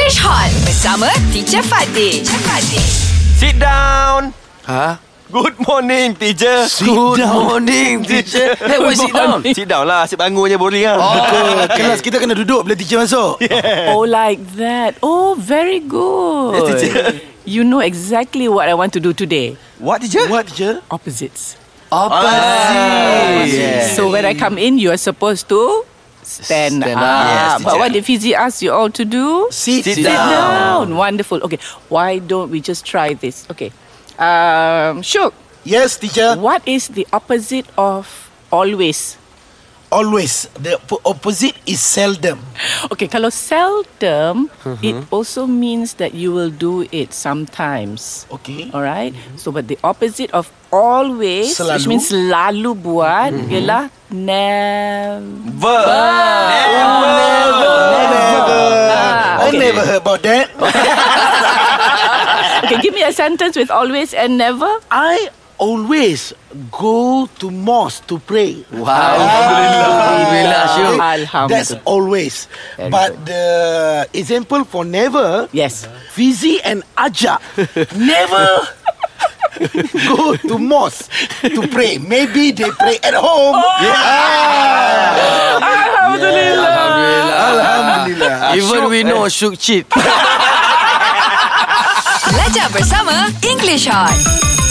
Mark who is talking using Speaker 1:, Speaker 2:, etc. Speaker 1: Fresh Hot bersama Teacher Fatih. Teacher Fatih.
Speaker 2: Sit down.
Speaker 3: Ha?
Speaker 2: Good morning, teacher.
Speaker 3: Sit Good down. morning, teacher. Hey, why sit down?
Speaker 2: Sit down lah. Asyik bangun je boring lah.
Speaker 3: Oh, kelas kita kena duduk bila teacher masuk.
Speaker 4: Oh, like that. Oh, very good. you know exactly what I want to do today.
Speaker 2: What, teacher?
Speaker 3: What, teacher? Ah,
Speaker 4: Opposites.
Speaker 3: Opposite.
Speaker 2: Yes.
Speaker 4: So when I come in, you are supposed to stand,
Speaker 3: Stand
Speaker 4: up.
Speaker 2: Yes,
Speaker 3: up.
Speaker 4: but what
Speaker 2: teacher.
Speaker 4: did Fizi ask you all to do?
Speaker 3: Sit,
Speaker 2: Sit
Speaker 3: sit
Speaker 4: Sit
Speaker 3: down.
Speaker 4: down. Wonderful. Okay. Why don't we just try this? Okay. Um, Shuk,
Speaker 3: Yes, teacher.
Speaker 4: what is the opposite of always?
Speaker 3: Always. The op- opposite is seldom.
Speaker 4: Okay, kalau seldom, it also means that you will do it sometimes.
Speaker 3: Okay.
Speaker 4: All right. So, but the opposite of always, which
Speaker 3: Selalu. Mm-hmm.
Speaker 4: means selalu buat, ialah never.
Speaker 2: Never.
Speaker 3: I
Speaker 4: Ah, okay.
Speaker 3: never heard about that.
Speaker 4: okay, give me a sentence with always and never.
Speaker 3: I always go to mosque to pray. Wow.
Speaker 4: Alhamdulillah. Alhamdulillah.
Speaker 3: That's always.
Speaker 4: Very
Speaker 3: but the example for never,
Speaker 4: Yes.
Speaker 3: Fizi and Aja never go to mosque to pray. Maybe they pray at home. Alhamdulillah.
Speaker 5: Even we
Speaker 2: Eh.
Speaker 5: know Syuk cheat
Speaker 1: Belajar bersama English Hot.